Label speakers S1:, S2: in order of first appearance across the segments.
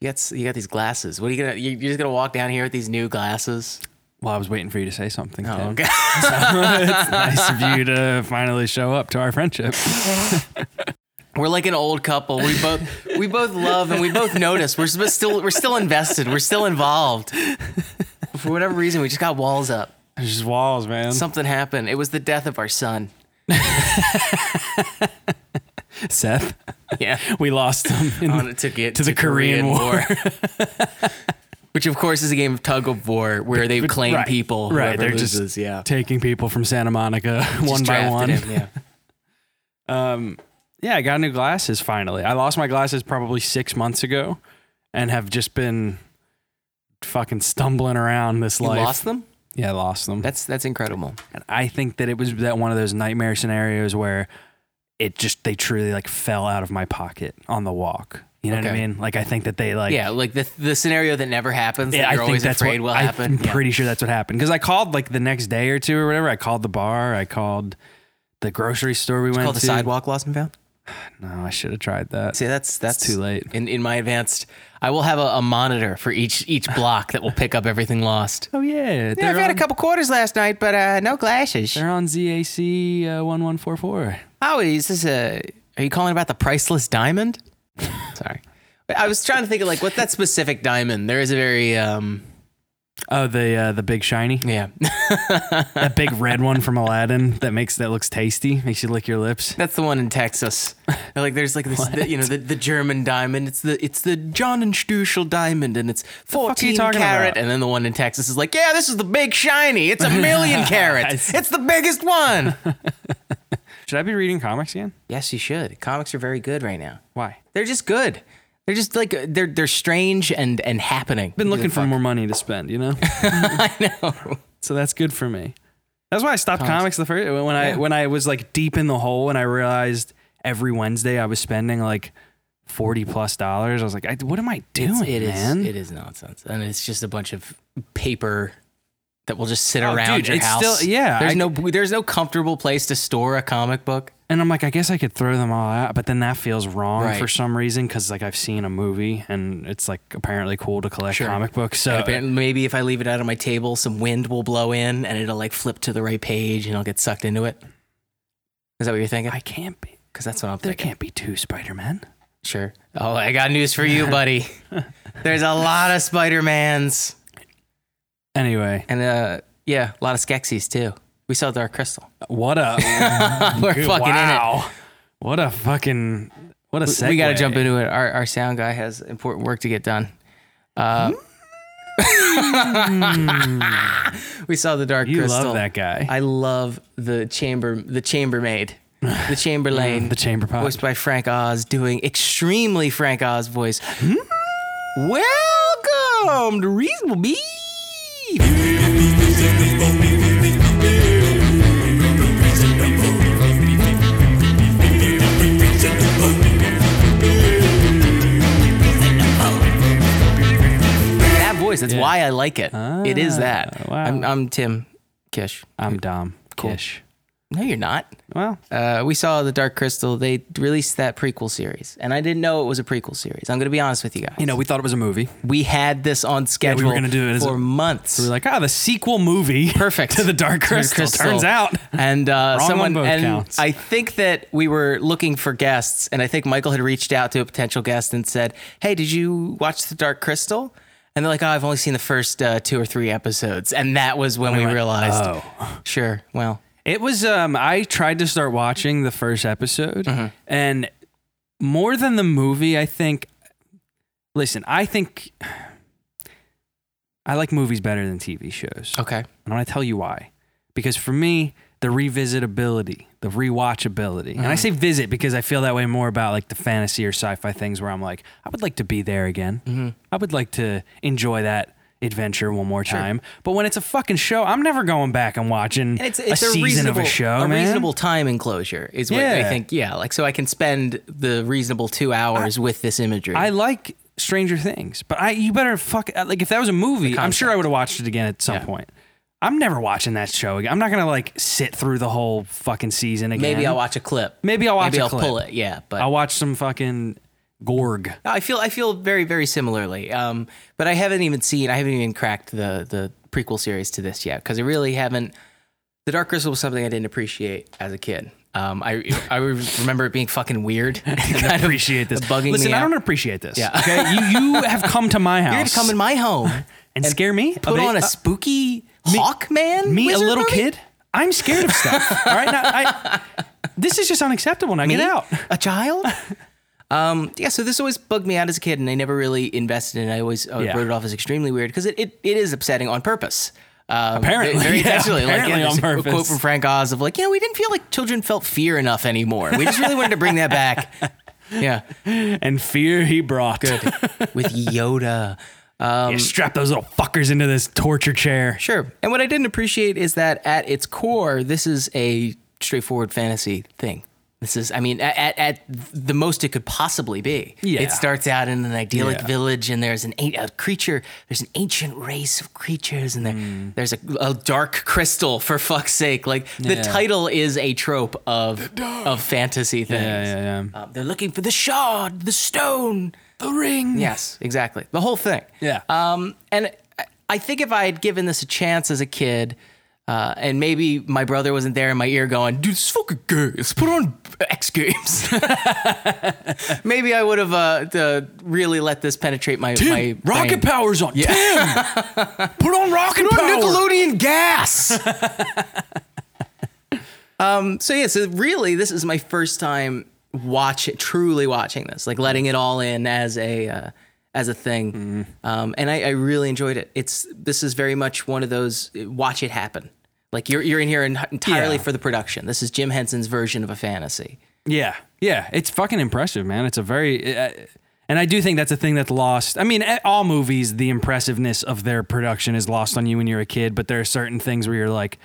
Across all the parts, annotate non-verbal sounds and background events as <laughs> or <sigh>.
S1: You got s- you got these glasses. What are you gonna? you- You're just gonna walk down here with these new glasses?
S2: Well, I was waiting for you to say something.
S1: Oh,
S2: Tim.
S1: okay. <laughs>
S2: it's nice of you to finally show up to our friendship.
S1: We're like an old couple. We both we both love and we both notice. We're sp- still we're still invested. We're still involved. For whatever reason, we just got walls up.
S2: It's just walls, man.
S1: Something happened. It was the death of our son.
S2: Seth,
S1: Yeah,
S2: we lost him.
S1: <laughs>
S2: In
S1: on it to get
S2: To the Korean
S1: <laughs> Which of course is a game of tug of war where they claim
S2: Right.
S1: people.
S2: Right,
S1: whoever
S2: they're
S1: loses.
S2: just
S1: yeah.
S2: taking people from Santa Monica <laughs> one
S1: Just
S2: by
S1: drafted
S2: one. <laughs>
S1: him, yeah.
S2: Um, yeah, I got new glasses finally. I lost my glasses probably six months ago, and have just been fucking stumbling around this
S1: You
S2: life.
S1: lost them?
S2: Yeah, I lost them.
S1: That's that's incredible.
S2: And I think that it was that one of those nightmare scenarios where it just they truly like fell out of my pocket on the walk. You know what I
S1: Okay.
S2: mean? Like I think that they like
S1: Yeah, like the the scenario that never happens.
S2: Yeah,
S1: that you're
S2: I think
S1: always
S2: that's
S1: afraid
S2: what,
S1: will happen.
S2: I'm
S1: Yeah.
S2: pretty sure that's what happened because I called like the next day or two or whatever. I called the bar. I called the grocery store we went
S1: Called the
S2: to.
S1: sidewalk lost and found.
S2: No, I should have tried that.
S1: See, that's that's
S2: too late.
S1: In in my advanced, I will have a, a monitor for each each block that will pick up everything lost.
S2: Oh yeah, they're, on,
S1: couple quarters last night, but uh, no glasses.
S2: they're on ZAC uh, one one four four.
S1: Oh, is this a? Are you calling about the priceless <laughs> diamond? Sorry, I was trying to think of like what's that specific diamond. There is a very um
S2: Oh, the uh, the big shiny,
S1: yeah.
S2: <laughs> that big red one from Aladdin that makes that looks tasty, makes you lick your lips.
S1: That's the one in
S2: <laughs>
S1: Texas. Like there's like this the, you know the, the German diamond. It's the it's the John and Stuschel diamond, and it's
S2: fuck are you
S1: fourteen
S2: talking
S1: carat.
S2: about?
S1: And then the one in Texas is like, yeah, this is the big shiny. It's a
S2: <laughs>
S1: million
S2: I
S1: carat.
S2: see.
S1: It's the biggest
S2: <laughs>
S1: one.
S2: Should I be reading comics again?
S1: yes, you should. Comics are very good right now.
S2: Why?
S1: They're just good. They're just like uh, they're they're strange and and happening.
S2: Been looking for more money to spend, you know.
S1: <laughs>
S2: <laughs>
S1: I know.
S2: so that's good for me. That's why I stopped comics, the first when I when I was like deep in the hole and I realized every Wednesday I was spending like forty plus dollars. I was like, I, what am I doing,
S1: It is
S2: man?
S1: it is nonsense, and it's just a bunch of paper that will just sit
S2: Oh,
S1: around
S2: dude,
S1: your
S2: it's
S1: house.
S2: still- yeah,
S1: there's
S2: I-
S1: no there's no comfortable place to store a comic book.
S2: and I'm like, I guess I could throw them all out, but then that feels wrong
S1: Right.
S2: for some reason because like I've seen a movie and it's like apparently cool to collect
S1: Sure.
S2: comic books. So
S1: And apparently maybe if I leave it out on my table, some wind will blow in and it'll like flip to the right page and I'll get sucked into it. Is that what you're thinking?
S2: I can't be.
S1: Because that's what I'm
S2: There
S1: thinking.
S2: can't be two Spider Men.
S1: Sure. Oh, I got news for
S2: <laughs>
S1: you, buddy. There's a lot of Spider Mans
S2: Anyway,
S1: and uh, yeah, a lot of Skeksis too. We saw Dark
S2: <laughs>
S1: Crystal.
S2: what a
S1: <laughs> We're
S2: good-
S1: fucking
S2: wow. What a fucking what a
S1: in it.
S2: segue.
S1: We got to jump into it. Our, our sound guy has important work to get done. Uh,
S2: Hmm.
S1: <laughs> we saw the Dark
S2: You
S1: Crystal.
S2: love that guy.
S1: I love the chamber, the chambermaid, the chamberlain,
S2: <laughs> the chamber pot.
S1: voiced by Frank Oz, doing extremely Frank Oz voice. Hmm? Welcome to Reasonable Beef. That voice, that's why I like it. it is that.
S2: Ah, wow.
S1: I'm, I'm Tim Kish.
S2: I'm Dom Kish.
S1: No, you're not.
S2: Well,
S1: Uh, we saw The Dark Crystal. They released that prequel series, and I didn't know it was a prequel series. I'm going to be honest with you guys.
S2: you know, we thought it was a movie.
S1: we had this on schedule
S2: gonna do it as
S1: for
S2: a-
S1: months.
S2: We were like, ah, the sequel movie.
S1: Perfect.
S2: <laughs> to the Dark
S1: To
S2: Crystal. Turns out.
S1: and uh,
S2: Wrong on
S1: someone
S2: both
S1: and
S2: counts.
S1: I think that we were looking for guests, and I think Michael had reached out to a potential guest and said, "Hey, did you watch The Dark Crystal?" And they're like, "Oh, I've only seen the first uh, two or three episodes," and that was when we,
S2: went,
S1: realized,
S2: "Oh."
S1: sure, well,
S2: It was. Um, I tried to start watching the first episode, and more than the movie, I think. Listen, I think I like movies better than TV shows.
S1: okay,
S2: And I'm going to tell you why. Because for me, the revisitability, the rewatchability, and
S1: Mm-hmm.
S2: I say visit because I feel that way more about like the fantasy or sci fi things where I'm like, I would like to be there again.
S1: Mm-hmm.
S2: I would like to enjoy that adventure one more time. But when it's a fucking show, I'm never going back and watching
S1: And it's,
S2: a
S1: it's a,
S2: season
S1: reasonable,
S2: of a show.
S1: a
S2: man.
S1: reasonable time enclosure is what I
S2: Yeah.
S1: think. Yeah, like so I can spend the reasonable two hours with this imagery.
S2: I like Stranger Things, but I you better fuck uh, like if that was a movie, I'm sure I would have watched it again at some point. I'm never watching that show again. I'm not gonna like sit through the whole fucking season again.
S1: maybe I'll watch a clip.
S2: Maybe I'll watch
S1: Maybe
S2: a
S1: I'll
S2: clip.
S1: pull it. Yeah, but
S2: I'll watch some fucking Gorg.
S1: I feel I feel very very similarly. Um, but I haven't even seen I haven't even cracked the the prequel series to this yet because I really haven't. The Dark Crystal was something I didn't appreciate as a kid. Um, I I remember it being fucking weird. <laughs> <laughs> I
S2: Appreciate this.
S1: <laughs> bugging
S2: Listen,
S1: me
S2: I
S1: out.
S2: don't appreciate this. Yeah. Okay, you,
S1: <laughs>
S2: you have come to my house
S1: You're gonna come in my
S2: <laughs>
S1: home
S2: and scare me.
S1: put
S2: Of
S1: on a
S2: uh,
S1: spooky hawk man.
S2: me, a
S1: wizard
S2: little
S1: movie?
S2: kid. I'm scared
S1: <laughs>
S2: of stuff. All right, now, I, this is just unacceptable. Now get out.
S1: a child. <laughs> um, yeah, so this always bugged me out as a kid, and I never really invested in it. I always uh,
S2: Yeah.
S1: wrote it off as extremely weird because it, it, it is upsetting on purpose. Um,
S2: Apparently,
S1: very
S2: yeah,
S1: intentionally.
S2: apparently
S1: like, yeah,
S2: on
S1: there's A
S2: purpose.
S1: quote from Frank Oz of like, you know, we didn't feel like children felt fear enough anymore. We just really wanted to bring that back. <laughs> Yeah,
S2: And fear he brought.
S1: with Yoda. Um,
S2: Yeah, strap those little fuckers into this torture chair.
S1: Sure. And what I didn't appreciate is that at its core, this is a straightforward fantasy thing. This is, I mean, at, at, at the most it could possibly be.
S2: Yeah.
S1: It starts out in an idyllic
S2: Yeah.
S1: village, and there's an an- a creature. There's an ancient race of creatures, and there
S2: Mm.
S1: there's a, a dark crystal. For fuck's sake, like the
S2: Yeah.
S1: title is a trope of of fantasy things.
S2: yeah, yeah.
S1: Um, they're looking for the shard, the stone.
S2: The ring.
S1: Yes, exactly. The whole thing.
S2: Yeah.
S1: Um, and I- I think if I had given this a chance as a kid, uh, and maybe my brother wasn't there in my ear going, dude, this is fucking gay. Let's put on X Games. <laughs> maybe I would have uh, the, really let this penetrate my,
S2: Tim,
S1: my brain.
S2: rocket powers
S1: <laughs>
S2: on. Tim, put on rocket
S1: Put on
S2: power.
S1: Nickelodeon
S2: <laughs>
S1: gas. um, so yeah, so really, this is my first time watch truly watching this, like letting it all in as a uh, as a thing,
S2: Mm-hmm.
S1: um, and I, I really enjoyed it. It's this is very much one of those uh, watch it happen. Like you're you're in here en- entirely
S2: Yeah.
S1: for the production. This is Jim Henson's version of a fantasy.
S2: Yeah, yeah, it's fucking impressive, man. It's a very, uh, and I do think that's a thing that's lost. I mean, a- all movies, the impressiveness of their production is lost on you when you're a kid, but there are certain things where you're like,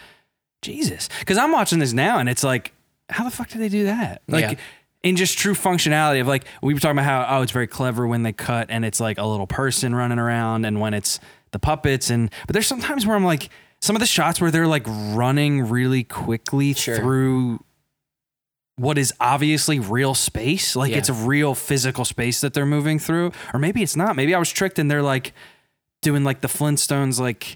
S2: Jesus, because I'm watching this now and it's like, how the fuck did they do that? Like.
S1: Yeah.
S2: In just true functionality of like we were talking about how oh it's very clever when they cut and it's like a little person running around and when it's the puppets and but there's sometimes where I'm like some of the shots where they're like running really quickly
S1: Sure.
S2: through what is obviously real space. Like
S1: Yeah.
S2: it's a real physical space that they're moving through. Or maybe it's not. Maybe I was tricked and they're like doing like the Flintstones, like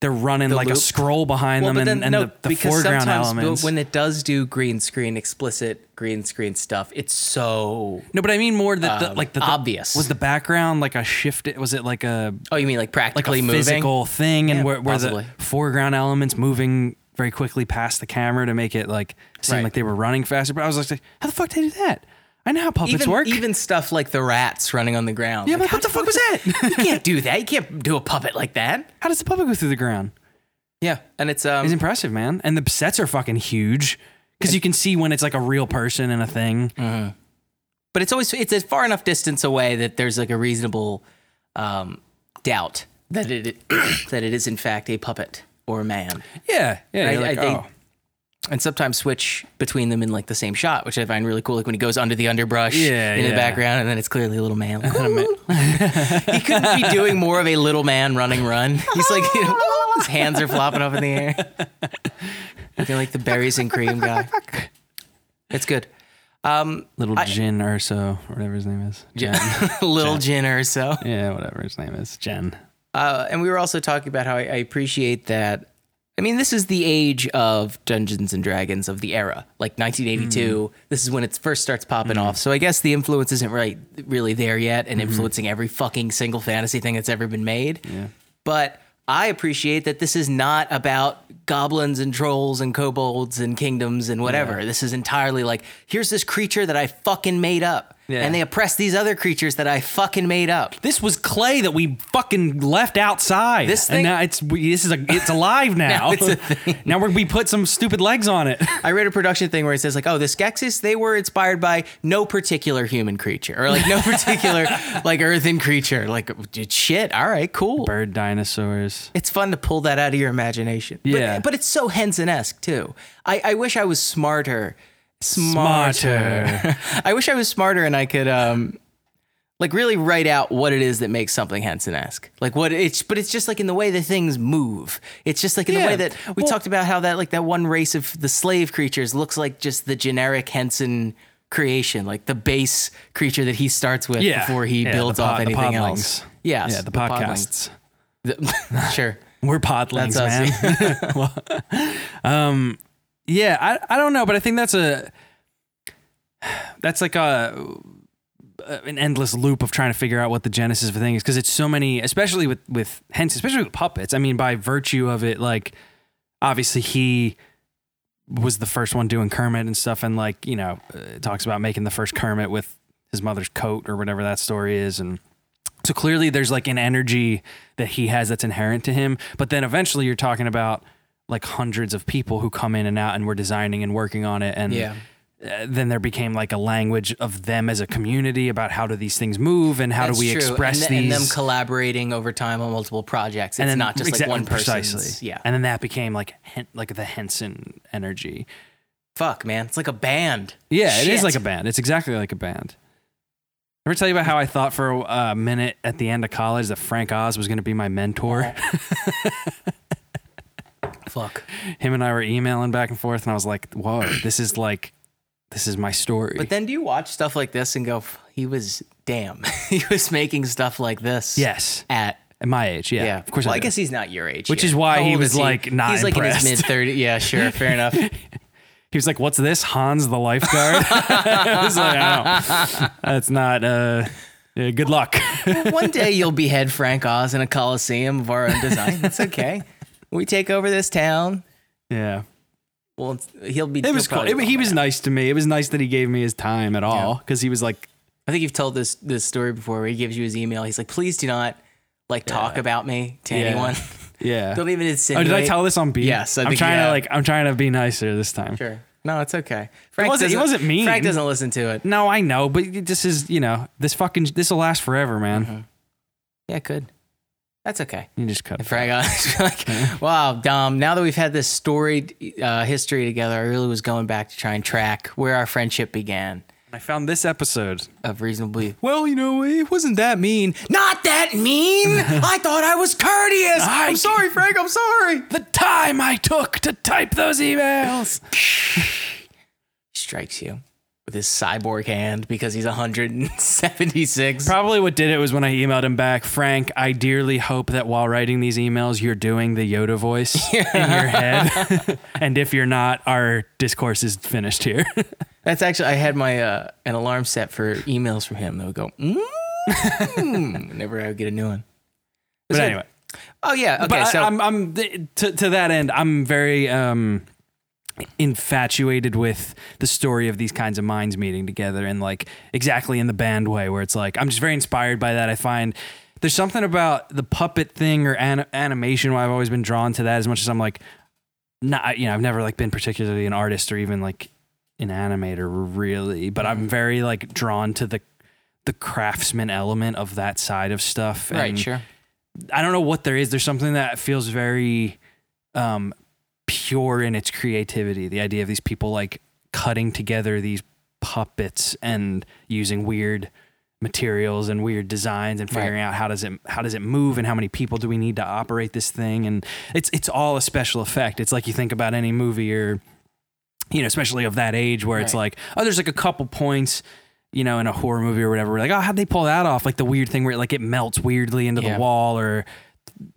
S2: they're running like
S1: loop.
S2: a scroll behind them and, and the, the foreground elements.
S1: when it does do green screen, explicit green screen stuff, it's so.
S2: no, but I mean more that the,
S1: um,
S2: like the, the-
S1: obvious.
S2: was the background like a shifted was it like a
S1: Oh, you mean like
S2: like
S1: practically
S2: a
S1: moving?
S2: physical thing and
S1: Yeah,
S2: where, where
S1: possibly.
S2: the foreground elements moving very quickly past the camera to make it like seem
S1: Right.
S2: like they were running faster. But I was like, how the fuck did they do that? I know how puppets
S1: even,
S2: work.
S1: Even stuff like the rats running on the ground.
S2: yeah,
S1: Like,
S2: but what the fuck was that?
S1: <laughs> you can't do that. You can't do a puppet like that.
S2: How does the puppet go through the ground?
S1: Yeah, and it's um,
S2: It's impressive, man. And the sets are fucking huge because you can see when it's like a real person and a thing.
S1: Mm. but it's always it's a far enough distance away that there's like a reasonable um, doubt that it <clears throat> that it is in fact a puppet or a man,
S2: Yeah, yeah.
S1: I-
S2: you're
S1: I
S2: like,
S1: think-
S2: oh.
S1: and sometimes switch between them in like the same shot, which I find really cool. Like when he goes under the underbrush
S2: Yeah,
S1: in the
S2: yeah.
S1: background, and then it's clearly a little man. Like,
S2: <laughs>
S1: <laughs> he couldn't be doing more of a little man running run. He's like, you know, his hands are flopping up in the air. Looking like the berries and cream guy. It's good.
S2: little Jin Urso, whatever his name is. Jen.
S1: <laughs> Little Jin or so.
S2: yeah, whatever his name is, Jen.
S1: Uh, and we were also talking about how I, I appreciate that. I mean, this is the age of Dungeons and Dragons of the era, like 1982. This is when it first starts popping off. So I guess the influence isn't right, really there yet, and influencing every fucking single fantasy thing that's ever been made. But I appreciate that this is not about goblins and trolls and kobolds and kingdoms and whatever. This is entirely like, here's this creature that I fucking made up,
S2: Yeah.
S1: and they oppress these other creatures that I fucking made up.
S2: This was clay that we fucking left outside.
S1: This thing-
S2: and now it's we, this is a
S1: <laughs>
S2: it's alive now.
S1: it's
S2: <laughs>
S1: a
S2: now we're, we put some stupid legs on
S1: <laughs>
S2: it.
S1: I read a production thing where it says like, oh, the Skeksis they were inspired by no particular human creature or like no <laughs> particular like earthen creature. Like shit. All right, cool.
S2: Bird dinosaurs.
S1: It's fun to pull that out of your imagination. but,
S2: Yeah.
S1: but it's so Henson-esque too. I, I wish I was smarter.
S2: Smarter.
S1: <laughs> I wish I was smarter and I could um like really write out what it is that makes something Henson-esque. Like what it's but it's just like in the way that things move. It's just like in the
S2: Yeah.
S1: way that we
S2: Well-
S1: talked about how that like that one race of the slave creatures looks like just the generic Henson creation, like the base creature that he starts with
S2: Yeah.
S1: before he
S2: Yeah,
S1: builds
S2: the pod-
S1: off
S2: the
S1: anything
S2: podlings.
S1: else. Yes,
S2: yeah, the,
S1: podling.
S2: podcasts.
S1: The- <laughs> sure.
S2: We're podlings,
S1: That's us.
S2: man.
S1: <laughs>
S2: <laughs> Well, um, yeah, I, I don't know, but I think that's a that's like a uh, an endless loop of trying to figure out what the genesis of a thing is because it's so many, especially with with hence, especially with puppets. I mean, by virtue of it, like obviously he was the first one doing Kermit and stuff, and like you know, uh, it talks about making the first Kermit with his mother's coat or whatever that story is, and so clearly there's like an energy that he has that's inherent to him. But then eventually you're talking about like hundreds of people who come in and out and were designing and working on it, and
S1: Yeah.
S2: uh, then there became like a language of them as a community about how do these things move and how
S1: That's
S2: do we
S1: true.
S2: express
S1: and, th-
S2: these
S1: and them collaborating over time on multiple projects. It's not just
S2: exact-
S1: like one person.
S2: precisely
S1: Yeah.
S2: and then that became like Hen- like the henson energy
S1: Fuck, man. It's like a band.
S2: Yeah, it is
S1: Shit.
S2: like a band. It's exactly like a band. Ever tell you about how I thought for a a minute at the end of college that Frank Oz was going to be
S1: <laughs>
S2: my mentor?
S1: Fuck.
S2: Him and I were emailing back and forth, and I was like, "Whoa, this is like, this is my story."
S1: But then do you watch stuff like this and go, "F- he was, damn, <laughs> he was making stuff like this
S2: yes,
S1: at,
S2: at my age, yeah,
S1: yeah.
S2: of course.
S1: Well,
S2: I,
S1: I
S2: did.
S1: guess he's not your age.
S2: Which
S1: yet.
S2: is why
S1: How
S2: he
S1: old
S2: was,
S1: is
S2: like, not
S1: He's like in his mid
S2: impressed.
S1: 30s. Yeah,
S2: <laughs>
S1: sure. Fair enough.
S2: he was like, "What's this, Hans the lifeguard?" <laughs> I was
S1: <laughs>
S2: like, "Oh, that's not. Uh, yeah, good luck." <laughs>
S1: One day you'll behead Frank Oz in a coliseum of our own design. It's
S2: <laughs>
S1: okay. We take over this town.
S2: yeah.
S1: Well, it's- he'll be.
S2: It was cool. It- he was nice to me. It was nice that he gave me his time at all because he was like,
S1: I think you've told this this story before, where he gives you his email. He's like, "Please do not like talk about me to
S2: Yeah. <laughs>
S1: anyone.
S2: "Yeah,
S1: Don't even
S2: Oh,
S1: insinuate."
S2: did I tell this on beat?
S1: Yes, I
S2: am
S1: think you
S2: trying to
S1: have.
S2: like. I'm trying to be nicer this time.
S1: Sure. No, it's okay. Frank
S2: wasn't- he
S1: doesn't-
S2: wasn't mean.
S1: Frank doesn't listen to it.
S2: No, I know, but y- this is you know this fucking this will last forever, man.
S1: Yeah, good. That's okay.
S2: You just cut.
S1: And Frank, <laughs> I was like, wow, Dom, now that we've had this storied uh, history together, I really was going back to try and track where our friendship began
S2: I found this episode.
S1: of reasonably.
S2: Well, you know, Oh, it wasn't that mean.
S1: Not that mean!
S2: <laughs>
S1: I thought I was courteous!
S2: I-
S1: I'm sorry, Frank, I'm sorry!
S2: The time I took to type those emails.
S1: Strikes you with his cyborg hand because he's 176.
S2: <laughs> Probably what did it was when I emailed him back, Frank. I dearly hope that while writing these emails, you're doing the Yoda voice in <laughs> your head. and if you're not, our discourse is finished here.
S1: That's actually, I had my uh, an alarm set for emails from him that would go, mmm, <laughs> whenever I would get a new one.
S2: but anyway,
S1: Oh, yeah. Okay,
S2: but
S1: so.
S2: I, I'm, I'm th- to, to that end, I'm very um, infatuated with the story of these kinds of minds meeting together and like exactly in the band way where it's like, I'm just very inspired by that. I find there's something about the puppet thing or an- animation why I've always been drawn to that as much as I'm like, not, you know, I've never like been particularly an artist or even like an animator really, but
S1: Mm-hmm.
S2: I'm very like drawn to the, the craftsman element of that side of stuff.
S1: right,
S2: and-
S1: sure.
S2: I don't know what there is. There's something that feels very um, pure in its creativity. The idea of these people like cutting together these puppets and using weird materials and weird designs and figuring out how does it how does it move and how many people do we need to operate this thing and it's it's all a special effect. It's like you think about any movie or you know, especially of that age where it's
S1: Right.
S2: like, oh, there's like a couple points, you know, in a horror movie or whatever. We're like, oh, how'd they pull that off? Like the weird thing where like it melts weirdly into
S1: Yeah.
S2: the wall or,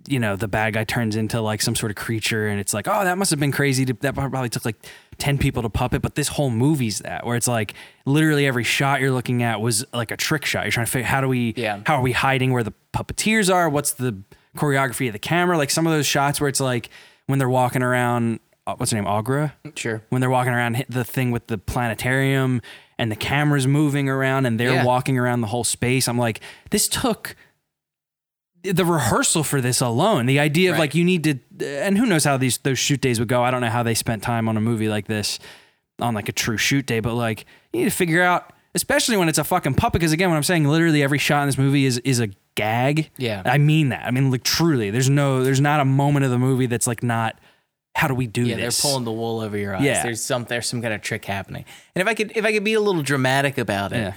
S2: you know, the bad guy turns into like some sort of creature and it's like, oh, that must have been crazy. To, that probably took like 10 people to puppet. But this whole movie's that where it's like literally every shot you're looking at was like a trick shot. You're trying to figure how do we,
S1: Yeah.
S2: how are we hiding where the puppeteers are? What's the choreography of the camera? Like some of those shots where it's like when they're walking around, uh, what's her name? Agra?
S1: Sure.
S2: when they're walking around hit the thing with the planetarium and the cameras moving around and they're
S1: Yeah.
S2: walking around the whole space i'm like this took the rehearsal for this alone the idea of
S1: Right.
S2: like you need to and who knows how these those shoot days would go i don't know how they spent time on a movie like this on like a true shoot day but like you need to figure out especially when it's a fucking puppet because again when i'm saying literally every shot in this movie is is a gag
S1: Yeah.
S2: i mean that i mean like truly there's no there's not a moment of the movie that's like not how do we do
S1: Yeah,
S2: this
S1: they're pulling the wool over your eyes.
S2: Yeah.
S1: There's some there's some kind of trick happening. And if I could if I could be a little dramatic about it,
S2: Yeah.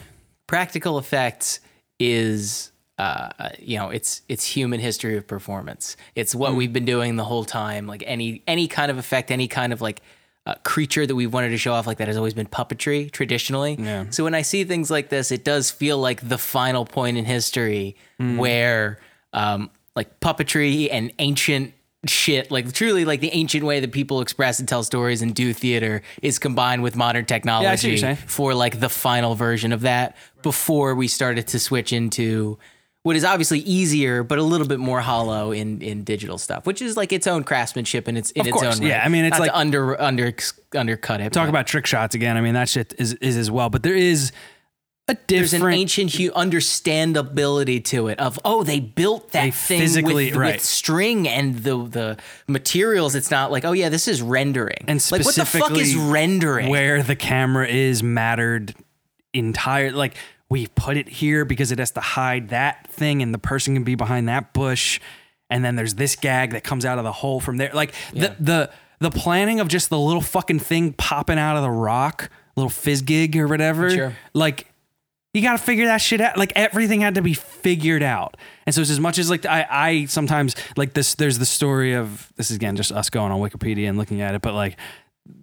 S1: practical effects is uh, you know, it's it's human history of
S2: Hmm.
S1: performance. It's what we've been doing the whole time. Like any any kind of effect, any kind of like uh, uh, creature that we've wanted to show off like that has always been puppetry traditionally.
S2: Yeah.
S1: So when I see things like this, it does feel like the final point in history
S2: Hmm.
S1: where um, like puppetry and ancient shit, like truly like the ancient way that people express and tell stories and do theater is combined with modern technology
S2: I see what you're saying.
S1: for like the final version of that before we started to switch into what is obviously easier but a little bit more hollow in in digital stuff, which is like its own craftsmanship and its in its
S2: course,
S1: own right.
S2: yeah, I mean, it's
S1: Not to
S2: like-
S1: under under undercut it.
S2: Talk
S1: but
S2: about trick shots again. I mean, that shit is, is as well. But there is a
S1: there's an
S2: different
S1: ancient hu- understandability to it of oh they built that
S2: They
S1: thing
S2: physically-
S1: with,
S2: right.
S1: with string and the the materials. It's not like oh yeah this is rendering
S2: And
S1: like what the fuck is
S2: specifically
S1: rendering?
S2: where the camera is mattered entire like we put it here because it has to hide that thing and the person can be behind that bush and then there's this gag that comes out of the hole from there like the the the planning of just the little fucking thing popping out of the rock little fizz gig or whatever
S1: Sure.
S2: like you got to figure that shit out. Like everything had to be figured out. And so it's as much as like I, I sometimes like this. There's the story of this is again just us going on Wikipedia and looking at it, but like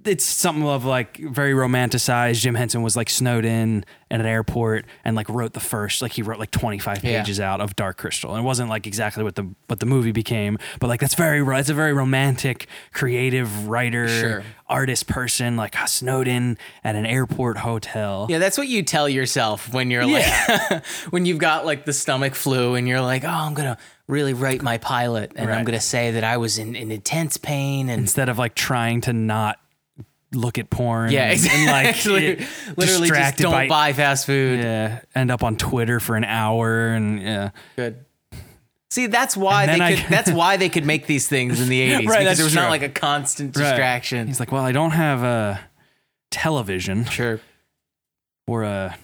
S2: it's something of like very romanticized. Jim Henson was like snowed in at an airport and like wrote the first like he wrote like 25
S1: Yeah.
S2: pages out of Dark Crystal. And it wasn't like exactly what the what the movie became, but like that's very ro- it's a very romantic, creative writer,
S1: Sure.
S2: artist person like uh, snowed in at an airport hotel.
S1: Yeah, that's what you tell yourself when you're like <laughs> when you've got like the stomach flu and you're like, "Oh, I'm going to really write my pilot and I'm
S2: Right.
S1: going to say that I was in, in intense pain and
S2: instead of like trying to not look at
S1: <laughs>
S2: porn.
S1: yeah,
S2: and-
S1: exactly. <laughs>
S2: And like <laughs>
S1: literally,
S2: get
S1: literally just
S2: distracted
S1: don't
S2: by-
S1: buy fast food.
S2: Yeah, <laughs> end up on Twitter for an hour and yeah.
S1: Good. See, that's why
S2: And
S1: they
S2: then I-
S1: could that's why they could make these things
S2: <laughs>
S1: in the 80s
S2: Right,
S1: because
S2: that's
S1: there was not
S2: true.
S1: like a constant distraction.
S2: He's like, well, I don't have a television
S1: Sure.
S2: or a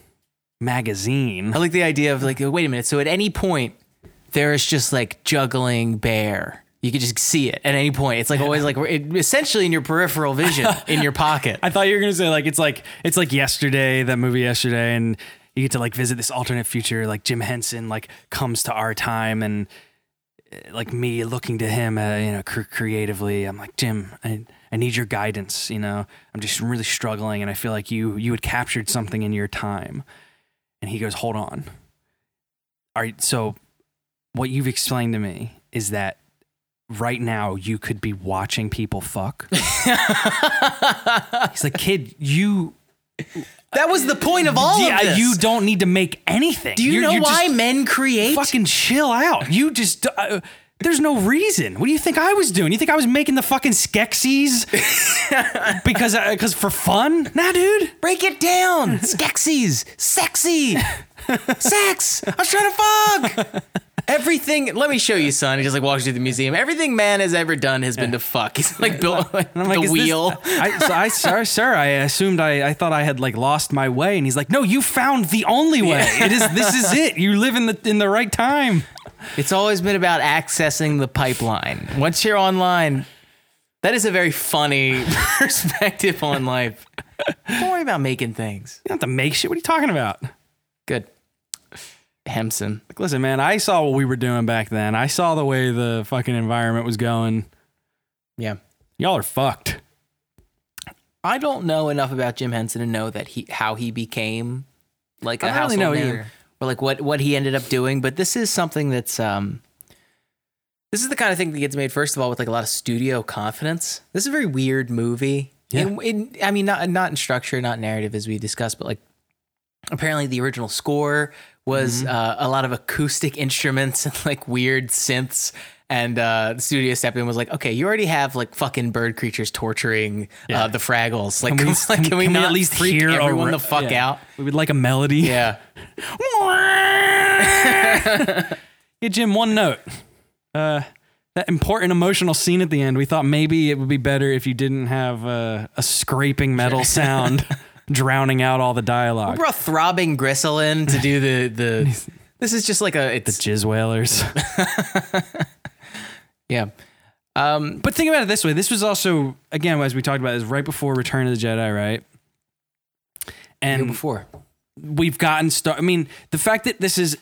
S2: magazine.
S1: I like the idea of like, oh, wait a minute. So at any point, there is just like juggling bear. You could just see it at any point. It's like always like it, essentially in your peripheral vision, in your pocket.
S2: <laughs> I thought you were gonna say like it's like it's like yesterday that movie yesterday and you get to like visit this alternate future like Jim Henson like comes to our time and uh, like me looking to him uh, you know cr- creatively I'm like Jim I I need your guidance you know I'm just really struggling and I feel like you you had captured something in your time and he goes hold on all right so what you've explained to me is that right now you could be watching people fuck he's like kid you
S1: That was the point of all
S2: yeah,
S1: of this.
S2: you don't need to make anything.
S1: Do you know why
S2: Just
S1: men create?
S2: fucking chill out. You just. Uh, there's no reason. What do you think I was doing? You think I was making the
S1: <laughs>
S2: fucking Skeksis because because for fun? Nah, dude.
S1: Break it
S2: <laughs>
S1: down. Skexies. Sexy. Sex. I was trying to fuck. Everything. Let me show you, son. He just like walks through the museum. Everything man has ever done has been to fuck. He's like <laughs> built like,
S2: I'm like,
S1: the
S2: is this-
S1: wheel.
S2: I, so
S1: <laughs>
S2: I, sir, sir, I assumed I, I thought I had like lost my way, and he's like, no, you found the only way. It is this is it. You live in the in the right
S1: <laughs>
S2: time.
S1: It's always been about accessing the pipeline. Once you're online, that is a very <laughs> funny perspective on life. Don't worry about making things.
S2: You don't have to make shit. What are you talking about?
S1: Good. Hemson.
S2: Like, listen, man, I saw what we were doing back then. I saw the way the fucking environment was going.
S1: Yeah.
S2: Y'all are fucked.
S1: I don't know enough about Jim Henson to know that he how he became like a
S2: I don't really
S1: household
S2: know
S1: name
S2: either.
S1: or like what what he ended up doing. But this is something that's um this is the kind of thing that gets made first of all with like a lot of studio confidence. This is a very weird movie.
S2: Yeah.
S1: In, in, I mean, not not in structure, not narrative as we discussed, but like apparently the original score was uh, a lot of acoustic <laughs> instruments and like weird synths and uh, the studio stepped in and was like okay you already have like fucking bird creatures torturing uh, the fraggles like can we, <laughs> <laughs> like, can we not at least freak
S2: a
S1: everyone
S2: re-
S1: the fuck
S2: yeah.
S1: out
S2: We would like a melody.
S1: yeah
S2: <laughs> Yeah, Jim, one note. Uh, that important emotional scene at the end, we thought maybe it would be better if you didn't have uh, a
S1: <laughs>
S2: scraping metal sound drowning out all the dialogue.
S1: brought throbbing gristle in to do the <laughs> the this is just like a it's
S2: Jizz whalers.
S1: yeah um
S2: <laughs> But think about it this way: this was also, again, as we talked about, is right before Return of the Jedi, right?
S1: year
S2: And
S1: before
S2: we've gotten star. I mean, the fact that this is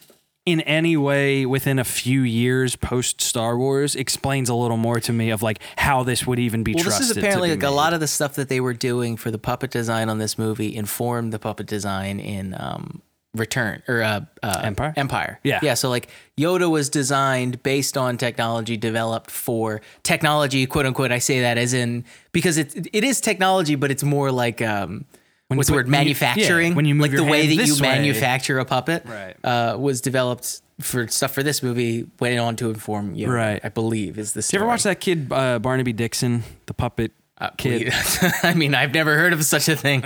S2: in any way within a few years post Star Wars explains a little more to me of like how this would even be
S1: Well,
S2: trusted.
S1: this is
S2: to
S1: apparently
S2: be
S1: like
S2: made.
S1: a lot of the stuff that they were doing for the puppet design on this movie informed the puppet design in um, Return or uh, uh,
S2: Empire?
S1: Empire.
S2: Yeah.
S1: yeah. So like Yoda was designed based on technology developed for technology, quote unquote. I say that as in because it it is technology, but it's more like um, what's the
S2: put-
S1: word
S2: when you-
S1: manufacturing.
S2: yeah, when you move
S1: like
S2: your
S1: the way
S2: hand
S1: that you
S2: this way.
S1: manufacture a puppet,
S2: Right.
S1: Uh, was developed for stuff for this movie. Went on to inform Yoda,
S2: Right.
S1: I believe is the.
S2: Did you ever watch that kid uh, Barnaby Dixon, the puppet
S1: Uh,
S2: kid?
S1: <laughs> Wait, I mean, I've never heard of such a
S2: <laughs>
S1: thing.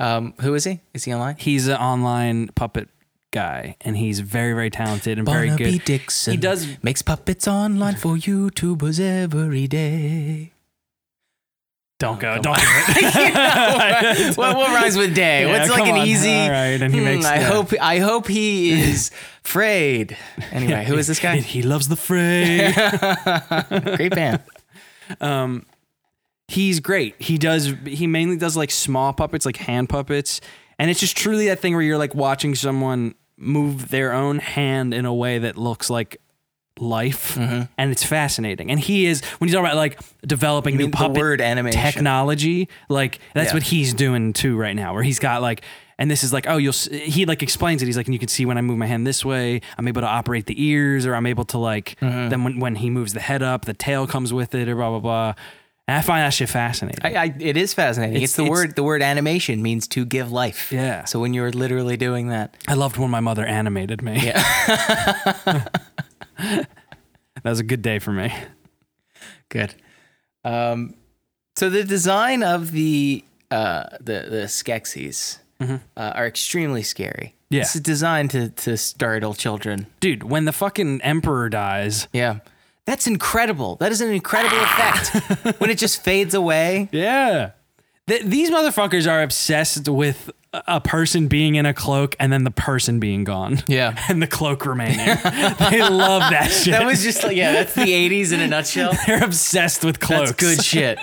S1: um, who is he? Is he online?
S2: He's an online puppet guy, and he's very very talented and very good.
S1: Dixon.
S2: He does-
S1: makes puppets online for YouTubers every day.
S2: Don't go,
S1: come
S2: don't do
S1: <laughs>
S2: it. <laughs>
S1: What, what rhymes with day?
S2: Yeah,
S1: What's like
S2: come
S1: an
S2: on.
S1: easy?
S2: All right, and he
S1: Hmm,
S2: makes
S1: I
S2: the-
S1: hope. I hope he
S2: <laughs>
S1: is frayed. Anyway, who is this guy? <laughs>
S2: He loves the fray.
S1: Great band.
S2: um, he's great. He does. He mainly does like small puppets, like hand puppets, and it's just truly that thing where you're like watching someone move their own hand in a way that looks like life,
S1: Mm-hmm.
S2: and it's fascinating. And he is when you talk about like developing new
S1: mean the
S2: puppet
S1: word animation.
S2: technology, like that's
S1: Yeah.
S2: what he's doing too right now, where he's got like. And this is like, oh, you'll. s- He like explains it. He's like, and you can see when I move my hand this way, I'm able to operate the ears, or I'm able to like.
S1: Mm-hmm.
S2: Then when, when he moves the head up, the tail comes with it, or blah blah blah. And I find that shit fascinating.
S1: I, I, it is fascinating. It's,
S2: It's-
S1: the
S2: it's-
S1: word. The word animation means to give life.
S2: Yeah.
S1: So when you're literally doing that,
S2: I loved when my mother animated me.
S1: Yeah.
S2: <laughs>
S1: <laughs>
S2: that was a good day for me.
S1: Good. Um, so the design of the uh, the the Skeksis uh, are extremely scary.
S2: Yeah.
S1: it's designed to to startle children.
S2: Dude, when the fucking emperor dies.
S1: Yeah, that's incredible. That is an incredible effect when it just fades away.
S2: Yeah. Th- these motherfuckers are obsessed with a- a person being in a cloak and then the person being gone.
S1: Yeah.
S2: <laughs> And the cloak remaining. <laughs> they love that shit.
S1: That was just like yeah, that's the '80s in a nutshell.
S2: They're obsessed with cloaks.
S1: That's good uh, shit.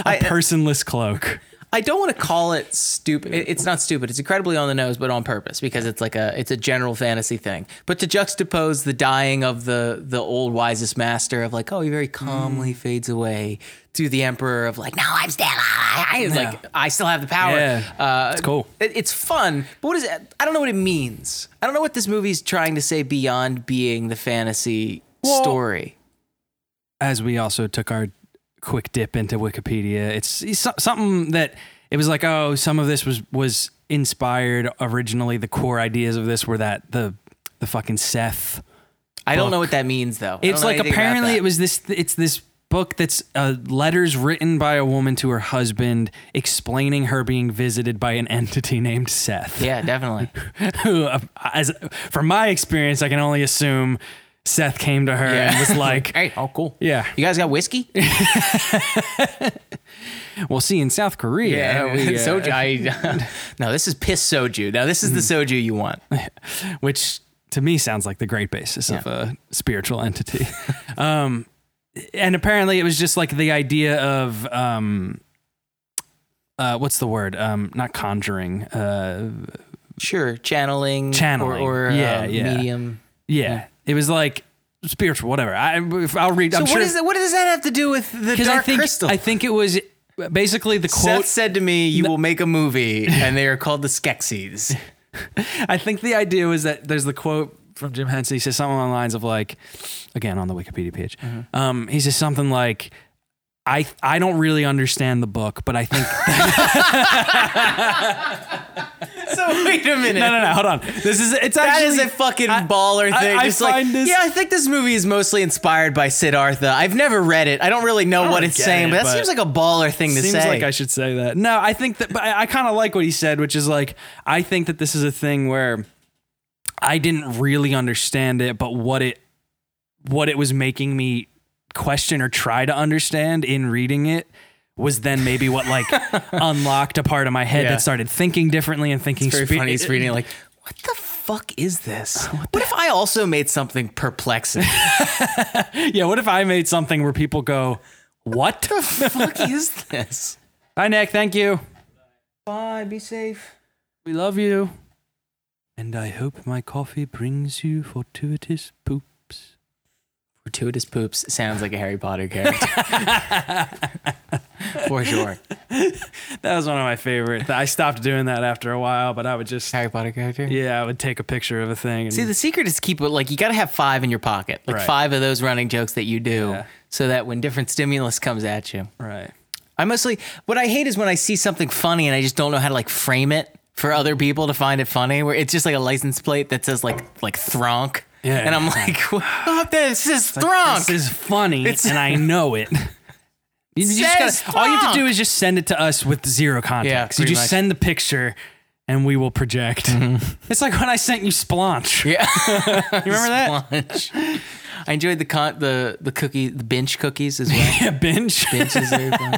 S2: A personless cloak.
S1: I don't want to call it stupid. It- It's not stupid. It's incredibly on the nose, but on purpose because it's like a it's a general fantasy thing. But to juxtapose the dying of the the old wisest master of like, oh, he very calmly
S2: Mm.
S1: fades away to the emperor of like, no, I'm still alive. Like I still have the power.
S2: Yeah.
S1: Uh,
S2: It's cool.
S1: it- it's fun, but what is it? I don't know what it means. I don't know what this movie's trying to say beyond being the fantasy
S2: Well-
S1: story.
S2: as we also took our quick dip into Wikipedia, it's, it's so- something that it was like, oh, some of this was was inspired originally. The core ideas of this were that the the fucking Seth.
S1: I don't
S2: book.
S1: know what that means though. I don't
S2: It's
S1: know
S2: like
S1: anything about
S2: apparently
S1: that.
S2: it was this. It's this book that's uh, letters written by a woman to her husband explaining her being visited by an entity named Seth.
S1: yeah,
S2: <laughs>
S1: definitely.
S2: Who, uh, as from my experience, I can only assume Seth came to her and
S1: Yeah.
S2: was like,
S1: <laughs> hey, oh, cool.
S2: yeah.
S1: You guys got whiskey?
S2: Well, see, in South Korea, we,
S1: <laughs>
S2: uh, Hmm.
S1: soju.
S2: <laughs>
S1: I, <laughs> no, this is piss soju. Now this is the soju you want.
S2: which to me sounds like the great basis of a spiritual entity. <laughs> um, and apparently, it was just like the idea of um, uh, what's the word? Um, not conjuring. Uh,
S1: Sure, channeling,
S2: Channeling.
S1: or, or
S2: Yeah,
S1: um,
S2: yeah.
S1: medium.
S2: yeah, it was like spiritual, whatever. I, if I'll read.
S1: So
S2: I'm
S1: what
S2: sure
S1: is that, what does that have to do with the
S2: because
S1: dark
S2: I think
S1: crystal?
S2: I think it was basically the
S1: Seth
S2: quote.
S1: said to me, "You will make a movie, and they are called the
S2: <laughs>
S1: Skeksis."
S2: <laughs> I think the idea was that there's the quote from Jim Henson. He says something along the lines of like, again on the Wikipedia page. Um, he says something like, "I I don't really understand the book, but I think
S1: so wait a minute.
S2: no no no hold on. This is it's
S1: That
S2: actually
S1: is a fucking baller
S2: I-
S1: thing.
S2: I
S1: Just like,
S2: find this-
S1: yeah, I think this movie is mostly inspired by Siddhartha. I've never read it. I don't really know what
S2: really
S1: it's
S2: get
S1: saying,
S2: it,
S1: but that
S2: but-
S1: seems like a baller thing to
S2: Seems
S1: say.
S2: like I should say that. No, I think that, but I, I kind of like what he said, which is like, I think that this is a thing where I didn't really understand it, but what it, what it was making me question or try to understand in reading it was then maybe what
S1: <laughs>
S2: like unlocked a part of my head
S1: Yeah.
S2: that started thinking differently and thinking
S1: It's very
S2: spe-
S1: funny. He's reading it like, what the fuck is this? <laughs> What if I also made something <laughs> perplexing?
S2: yeah what if i made something where people go what <laughs>
S1: What the fuck is this?
S2: hi nick thank you
S1: Bye. Be safe.
S2: we love you And I hope my coffee brings you fortuitous poops.
S1: Fortuitous poops sounds like a Harry Potter character <laughs> for sure.
S2: That was one of my favorite. I stopped doing that after a while, but I would just
S1: Harry Potter character.
S2: yeah, I would take a picture of a thing. And,
S1: See, the secret is to keep it like you got to have five in your pocket, like
S2: Right.
S1: five of those running jokes that you do,
S2: Yeah.
S1: so that when different stimulus comes at you,
S2: right.
S1: I mostly what I hate is when I see something funny and I just don't know how to like frame it for other people to find it funny. Where it's just like a license plate that says like like thronk,
S2: Yeah.
S1: and I'm like, <laughs> what? This is
S2: This
S1: thronk.
S2: is funny,
S1: It's-
S2: and I know <laughs> it. You
S1: Says
S2: just gotta, all you have to
S1: drunk.
S2: do is just send it to us with zero context. you
S1: pretty
S2: just
S1: much.
S2: send the picture, and we will project. It's like when I sent you Splunch.
S1: Yeah.
S2: <laughs> You remember that?
S1: Sponge. <laughs> I enjoyed the con- the the cookie the bench cookies as
S2: <laughs>
S1: well.
S2: Yeah, binge.
S1: Benches are fun.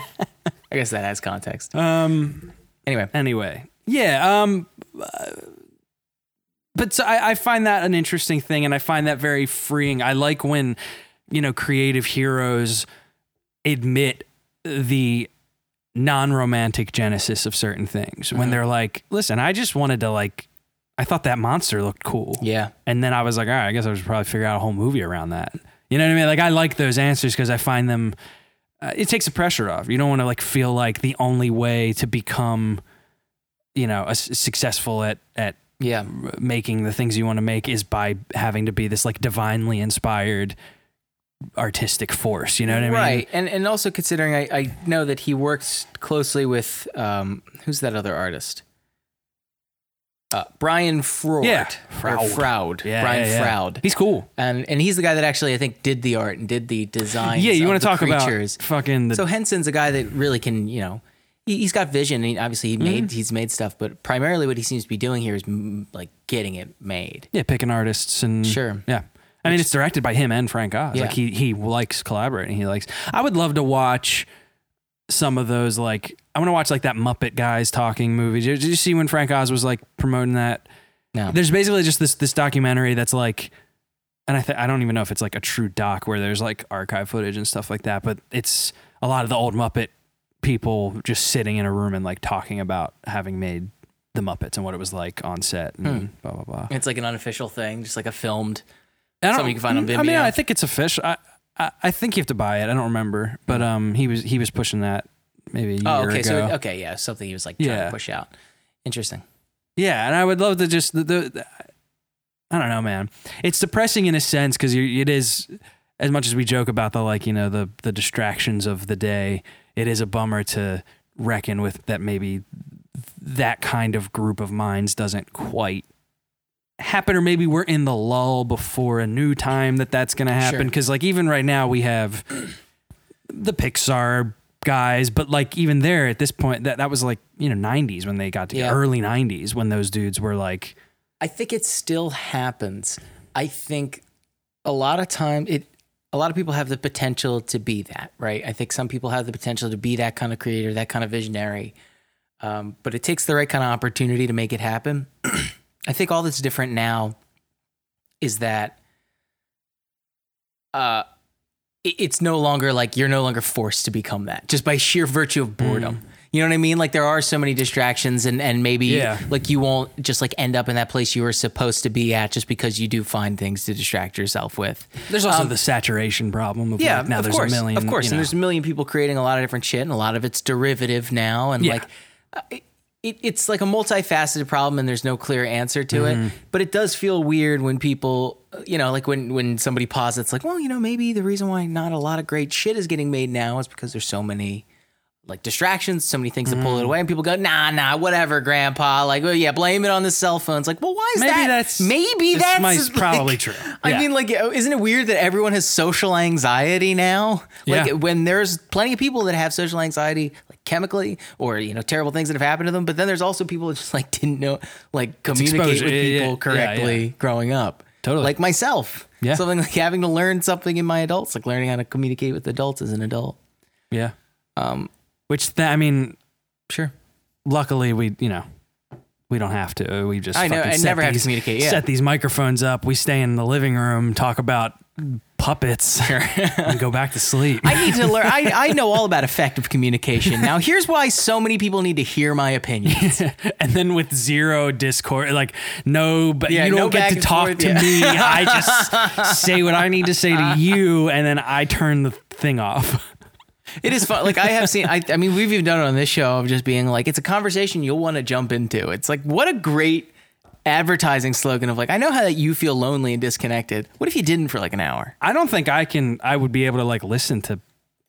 S1: I guess that has context.
S2: <laughs> Um.
S1: Anyway,
S2: Anyway, yeah. Um. uh, But so I, I find that an interesting thing, and I find that very freeing. I like when you know creative heroes admit the non-romantic genesis of certain things when they're like, "Listen, I just wanted to like." I thought that monster looked cool.
S1: yeah.
S2: And then I was like, all right, I guess I should probably figure out a whole movie around that. You know what I mean? Like, I like those answers because I find them, uh, it takes the pressure off. You don't want to like feel like the only way to become, you know, a s successful at, at
S1: Yeah.
S2: making the things you want to make is by having to be this like divinely inspired artistic force. You know what I mean?
S1: Right. And and also considering I, I know that he works closely with um who's that other artist? Uh, Brian Froud.
S2: Yeah.
S1: Or
S2: Froud.
S1: Froud.
S2: Yeah.
S1: Brian
S2: yeah, yeah.
S1: Froud.
S2: He's cool.
S1: And and he's the guy that actually I think did the art and did the design.
S2: Yeah. You
S1: want
S2: want to talk
S1: creatures.
S2: about fucking the.
S1: So Henson's a guy that really can, you know, he, he's got vision. And he, obviously, he
S2: Mm-hmm.
S1: made he's made stuff, but primarily what he seems to be doing here is mm, like getting it made.
S2: yeah. Picking artists and.
S1: Sure.
S2: Yeah. I mean, it's directed by him and Frank Oz.
S1: Yeah.
S2: Like he he likes collaborating. He likes. I would love to watch some of those. Like I want to watch like that Muppet guys talking movie. Did, did you see when Frank Oz was like promoting that?
S1: No.
S2: There's basically just this this documentary that's like, and I th- I don't even know if it's like a true doc where there's like archive footage and stuff like that. But it's a lot of the old Muppet people just sitting in a room and like talking about having made the Muppets and what it was like on set and
S1: Hmm.
S2: blah blah blah.
S1: It's like an unofficial thing, just like a filmed.
S2: I don't-
S1: Something you can find on
S2: I mean,
S1: Vimeo.
S2: I think it's official. I, I I think you have to buy it. I don't remember, but um, he was he was pushing that maybe a year
S1: Mm. Oh, okay.
S2: ago.
S1: So, okay. Yeah. Something he was like trying
S2: Yeah.
S1: to push out. Interesting.
S2: yeah, and I would love to just the, the, the- I don't know, man. It's depressing in a sense because it is as much as we joke about the like you know the the distractions of the day. It is a bummer to reckon with that maybe that kind of group of minds doesn't quite happen or maybe we're in the lull before a new time that that's going to happen
S1: Sure.
S2: because like even right now we have the Pixar guys, but like even there at this point, that that was like you know '90s when they got together,
S1: Yeah.
S2: early '90s when those dudes were like,
S1: I think it still happens. I think a lot of time it a lot of people have the potential to be that, right? I think some people have the potential to be that kind of creator, that kind of visionary. Um, but it takes the right kind of opportunity to make it happen. <clears throat> I think all that's different now is that uh it- it's no longer like you're no longer forced to become that just by sheer virtue of boredom.
S2: Mm.
S1: You know what I mean? Like there are so many distractions and and maybe
S2: Yeah.
S1: like you won't just like end up in that place you were supposed to be at just because you do find things to distract yourself with.
S2: there's also the saturation problem um, of
S1: Yeah,
S2: like, now
S1: of
S2: there's
S1: course,
S2: a million,
S1: of course,
S2: you
S1: and
S2: know.
S1: there's a million people creating a lot of different shit, and a lot of it's derivative now, and
S2: Yeah.
S1: like uh, it, it, it's like a multifaceted problem, and there's no clear answer to
S2: Mm-hmm.
S1: it. But it does feel weird when people, uh, you know, like when when somebody posits like, well, you know, maybe the reason why not a lot of great shit is getting made now is because there's so many. Like distractions, so many things to
S2: Mm.
S1: pull it away, and people go, "Nah, nah, whatever, Grandpa." Like, oh yeah, blame it on the cell phones. Like, well, why is
S2: Maybe
S1: that?
S2: that's-
S1: maybe
S2: this
S1: that's <laughs>
S2: might-
S1: like-
S2: probably true.
S1: I
S2: Yeah.
S1: mean, like, oh, isn't it weird that everyone has social anxiety now? Like,
S2: Yeah.
S1: when there's plenty of people that have social anxiety, like chemically, or you know, terrible things that have happened to them. But then there's also people that just like didn't know, like, communicate
S2: exposure.
S1: with
S2: Yeah, yeah,
S1: people
S2: yeah.
S1: correctly
S2: Yeah,
S1: growing up.
S2: Totally.
S1: Like myself.
S2: Yeah.
S1: Something like having to learn something in my adults, like learning how to communicate with adults as an adult.
S2: yeah.
S1: Um,
S2: Which th- I mean,
S1: sure.
S2: luckily we you know we don't have to. We just
S1: I know,
S2: fucking
S1: I
S2: set
S1: never have to
S2: these-
S1: communicate, yeah.
S2: Set these microphones up. We stay in the living room, talk about puppets and go back to <laughs> sleep.
S1: I need to learn. I, I know all about effective communication. Now, here's why so many people need to hear my opinion.
S2: <laughs> and then with zero discord, like no, but
S1: Yeah,
S2: you don't
S1: no back
S2: get to
S1: and
S2: talk
S1: forth,
S2: to
S1: yeah.
S2: <laughs> me. I just say what I need to say <laughs> to you, and then I turn the thing off.
S1: It is fun. Like, I have seen, I, I mean, we've even done it on this show of just being like, it's a conversation you'll want to jump into. It's like, what a great advertising slogan of like, I know how that you feel lonely and disconnected. What if you didn't for like an hour?
S2: I don't think I can. I would be able to like listen to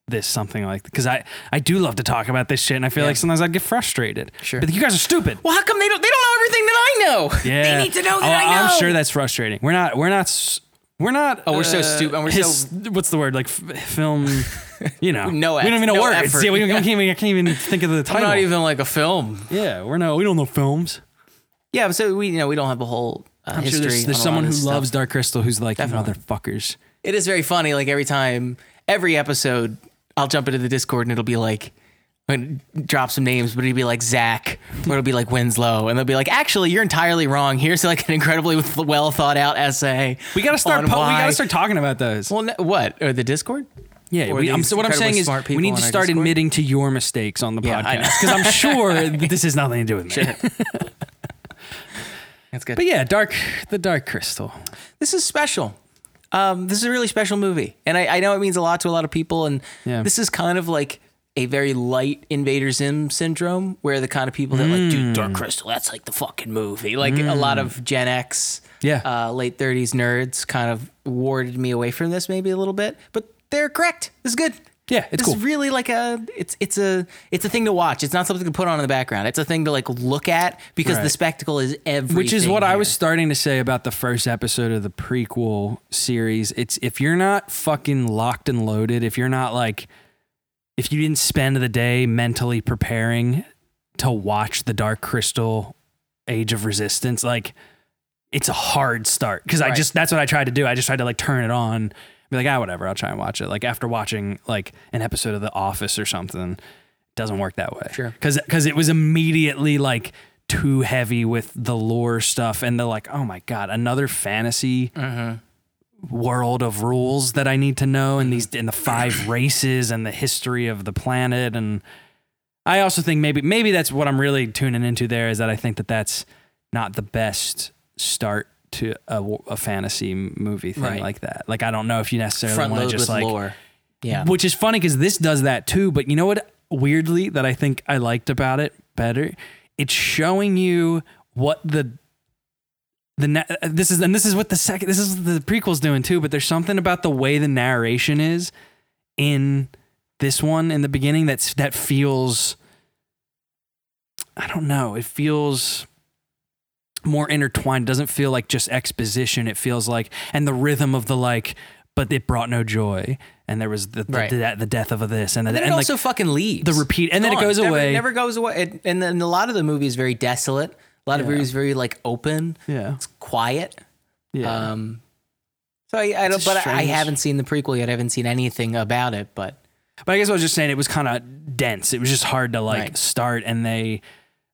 S2: this something like because I I do love to talk about this shit, and I feel like sometimes I get frustrated.
S1: Sure.
S2: but you guys are stupid.
S1: Well, how come they don't, they don't know <laughs> everything that I know?
S2: Yeah.
S1: They need to know that
S2: Oh,
S1: I know.
S2: I'm sure that's frustrating. We're not. We're not. s- We're not. uh,
S1: Oh, we're so stupid and we're so-
S2: What's the word? Like f- film.
S1: <laughs>
S2: You know.
S1: No
S2: We don't even know
S1: eff- no
S2: words.
S1: effort.
S2: Yeah. We don't, I, can't even, I can't even think of
S1: <laughs>
S2: the
S1: I'm
S2: title.
S1: not even like a film.
S2: yeah. We're no. We don't know films.
S1: Yeah. So we, you know, we don't have a whole uh,
S2: I'm sure
S1: history. on
S2: there's, there's
S1: a lot
S2: someone
S1: of
S2: who
S1: this stuff.
S2: loves Dark Crystal who's like motherfuckers.
S1: It is very funny. Like every time, every episode, I'll jump into the Discord and it'll be like, and drop some names, but it'll be like Zach, or it'll be like Winslow, and they'll be like, actually, you're entirely wrong. Here's like an incredibly well thought out essay.
S2: We gotta start.
S1: on
S2: Po- we
S1: why-
S2: gotta start talking about those.
S1: Well, no, what or the Discord?
S2: Yeah,
S1: Or
S2: we, I'm,
S1: these
S2: so what I'm
S1: incredibly
S2: saying is
S1: smart
S2: we
S1: people
S2: need to
S1: on our
S2: start
S1: Discord.
S2: admitting to your mistakes on the
S1: Yeah, I know.
S2: podcast because
S1: <laughs>
S2: I'm sure that this has nothing to do with me.
S1: That's good.
S2: But yeah, dark the dark crystal.
S1: this is special. Um, this is a really special movie, and I, I know it means a lot to a lot of people. And
S2: Yeah.
S1: this is kind of like a very light Invader Zim syndrome, where the kind of people that like, dude,
S2: Mm.
S1: Dark Crystal, that's like the fucking movie. Like a lot of Gen X,
S2: Yeah.
S1: uh, late '30s nerds, kind of warded me away from this maybe a little bit. But they're correct. This is good.
S2: Yeah, it's
S1: This
S2: cool.
S1: is really like a it's it's a it's a thing to watch. It's not something to put on in the background. It's a thing to like look at because the
S2: Right.
S1: spectacle is everything.
S2: Which is what I
S1: here.
S2: was starting to say about the first episode of the prequel series. It's if you're not fucking locked and loaded, if you're not like if you didn't spend the day mentally preparing to watch the Dark Crystal Age of Resistance, like it's a hard start because I
S1: Right.
S2: just that's what I tried to do. I just tried to like turn it on, be like, ah, whatever, I'll try and watch it. Like after watching like an episode of The Office or something, it doesn't work that way.
S1: Sure.
S2: because because it was immediately like too heavy with the lore stuff and the like. Oh my god, another fantasy
S1: Uh-huh.
S2: world of rules that I need to know, and these and
S1: <clears throat>
S2: the five races and the history of the planet and. I also think maybe maybe that's what I'm really tuning into there is that I think that that's not the best start to a, w- a fantasy m- movie thing
S1: Right.
S2: like that. Like I don't know if you necessarily
S1: front
S2: want to
S1: load
S2: just
S1: with
S2: like
S1: lore. Yeah.
S2: which is funny because this does that too. But you know what? Weirdly, that I think I liked about it better. It's showing you what the the na- this is and this is what the second this is what the prequel's doing too. But there's something about the way the narration is in this one in the beginning that's that feels I don't know. It feels more intertwined. Doesn't feel like just exposition. It feels like and the rhythm of the like, but it brought no joy. And there was the the,
S1: Right.
S2: the, the death of a this and, the,
S1: then
S2: and
S1: it
S2: like
S1: also fucking leaves.
S2: the repeat and then it
S1: Gone.
S2: goes
S1: Never-
S2: away.
S1: Never goes away. It, and then a lot of the movie is very desolate. A lot of
S2: Yeah.
S1: movies movie is very like open.
S2: Yeah.
S1: It's quiet.
S2: yeah.
S1: Um, so I, I don't.
S2: It's
S1: But I, I
S2: strange.
S1: haven't seen the prequel yet. I haven't seen anything about it. But
S2: But I guess I was just saying it was kind of dense. It was just hard to like
S1: Right.
S2: start and they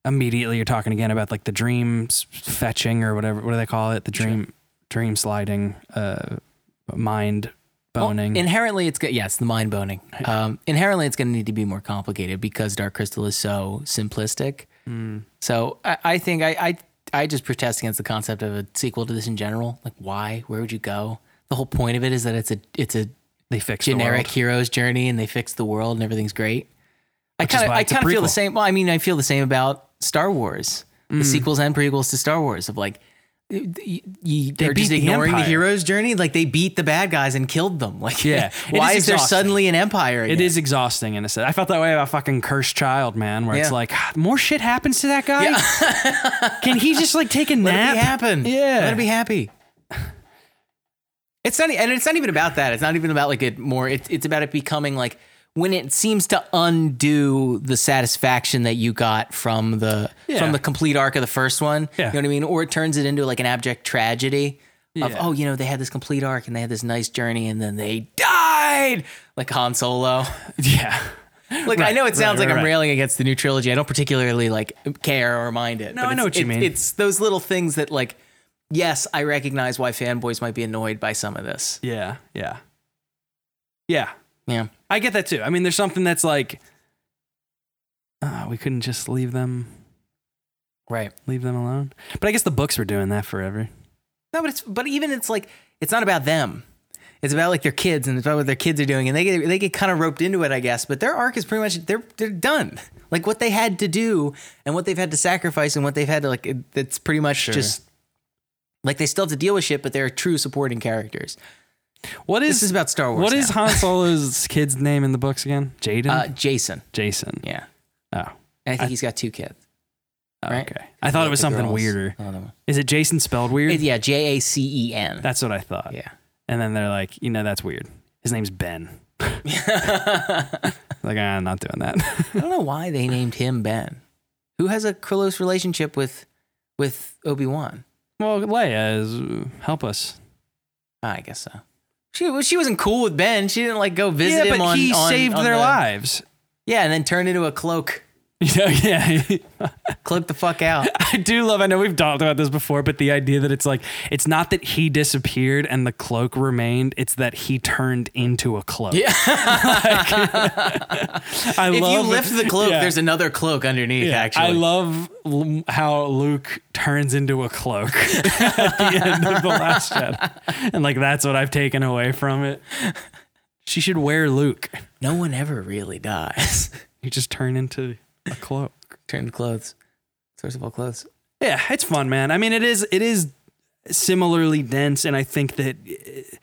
S2: immediately you're talking again about like the dream s- fetching or whatever what do they call it? The dream dream sliding uh mind
S1: Well,
S2: boning.
S1: inherently, it's good. Yes, the mind boning. Um, inherently, it's going to need to be more complicated because Dark Crystal is so simplistic. So I, I think I, I I just protest against the concept of a sequel to this in general. Like, why? Where would you go? The whole point of it is that it's a it's a
S2: they fixed the
S1: generic
S2: world.
S1: hero's journey and they fix the world and everything's great. I
S2: Which is
S1: kind of
S2: why
S1: I
S2: it's a
S1: kind of feel the
S2: prequel. Mm.
S1: same. Well, I mean, I feel the same about Star Wars, the sequels and prequels to Star Wars of like y- y- y- they're
S2: beat
S1: just
S2: the
S1: ignoring the,
S2: Empire.
S1: hero's journey. Like they beat the bad guys and killed them. <laughs> Like
S2: Yeah. It
S1: why
S2: is
S1: is, there
S2: exhausting.
S1: suddenly an empire? Again?
S2: It is exhausting in a sense. I felt that way about fucking Cursed Child, man, where it's
S1: Yeah.
S2: like "Ah, more shit happens to that guy. <laughs> Can he just like take a
S1: Let it
S2: nap?
S1: be happen.
S2: Yeah.
S1: Let it be happy. It's not, e, and it's not even about that. It's not even about like it more. It's it's about it becoming like when it seems to undo the satisfaction that you got from the
S2: Yeah.
S1: from the complete arc of the first one.
S2: Yeah.
S1: You know what I mean? Or it turns it into like an abject tragedy of
S2: Yeah.
S1: oh, you know, they had this complete arc and they had this nice journey and then they died like Han Solo.
S2: <laughs> yeah.
S1: Like I know it sounds
S2: right,
S1: like
S2: right,
S1: I'm
S2: right.
S1: railing against the new trilogy. I don't particularly like care or mind it. No,
S2: I know what you mean.
S1: It's those little things that like yes, I recognize why fanboys might be annoyed by some of this.
S2: Yeah, yeah, yeah.
S1: Yeah.
S2: I get that too. I mean, there's something that's like, uh, we couldn't just leave them
S1: Right.
S2: leave them alone. But I guess the books were doing that forever.
S1: No, but it's but even it's like it's not about them. It's about like their kids and it's about what their kids are doing, and they get they get kind of roped into it, I guess. But their arc is pretty much they're they're done. <laughs> Like what they had to do and what they've had to sacrifice and what they've had to like. It, it's pretty much just like they still have to deal with shit, but they're true supporting characters.
S2: What is
S1: This is about Star Wars.
S2: what is
S1: now. <laughs>
S2: Han Solo's kid's name in the books again? Jaden.
S1: uh, Jason?
S2: Jason.
S1: Yeah,
S2: Oh.
S1: and I think he's got two kids.
S2: Oh,
S1: Right?
S2: Okay. I thought it was
S1: The
S2: something
S1: girls.
S2: weirder.
S1: I don't know.
S2: Is it Jason spelled weird?
S1: It- yeah, J A C E <laughs> N.
S2: That's what I thought.
S1: Yeah.
S2: And then they're like, you know, that's weird. His name's Ben. Like, ah, I'm not doing
S1: I
S2: that. <laughs>
S1: don't know why they named him Ben. Who has a close relationship with with Obi Wan?
S2: well, Leia is uh, help us.
S1: Ah, I guess so. She well, she wasn't cool with Ben. She didn't like go visit
S2: yeah,
S1: him
S2: but
S1: on.
S2: he
S1: on-
S2: saved
S1: on
S2: their
S1: the-
S2: lives. <laughs>
S1: Yeah, and then turned into a cloak,
S2: You know, yeah.
S1: cloak the fuck out.
S2: I do love. I know we've talked about this before, but the idea that it's like it's not that he disappeared and the cloak remained; it's that he turned into a cloak. Yeah, <laughs> I
S1: if you
S2: love-
S1: lift the cloak,
S2: yeah.
S1: there's another cloak underneath.
S2: Yeah,
S1: actually,
S2: I love l- how Luke turns into a cloak <laughs> at the end of the last Jedi, and like that's what I've taken away from it. She should wear Luke.
S1: no one ever really dies. <laughs>
S2: You just turn into a cloak.
S1: Turned clothes, source of all clothes.
S2: Yeah, it's fun, man. I mean, it is it is similarly dense, and I think that uh,